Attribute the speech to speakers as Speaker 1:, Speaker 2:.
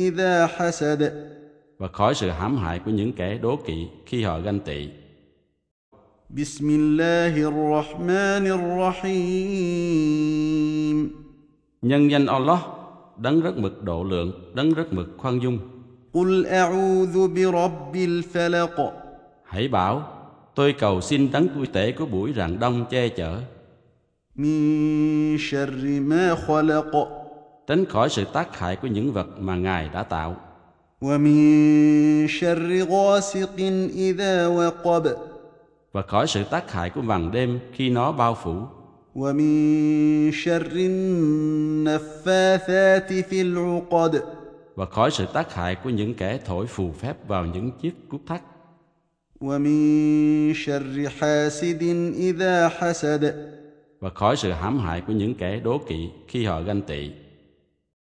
Speaker 1: إذا حسد
Speaker 2: và khỏi sự hãm hại của những kẻ đố kỵ khi họ ganh tị.
Speaker 1: بسم الله الرحمن الرحيم
Speaker 2: Nhân danh Allah, đấng rất mực độ lượng, đấng rất mực khoan dung.
Speaker 1: قل أعوذ برب الفلق
Speaker 2: Hãy bảo, tôi cầu xin đấng vui tể của buổi rạng đông che chở,
Speaker 1: من شر ما خلق
Speaker 2: tránh khỏi sự tác hại của những vật mà Ngài đã tạo,
Speaker 1: ومن شر غاسق إذا وقب
Speaker 2: và khỏi sự tác hại của màn đêm khi nó bao phủ,
Speaker 1: ومن شر النفاثات في العقد
Speaker 2: và khỏi sự tác hại của những kẻ thổi phù phép vào những chiếc cút thắt,
Speaker 1: ومن شر حاسد إذا حسد
Speaker 2: và khỏi sự hãm hại của những kẻ đố kỵ khi họ ganh tị.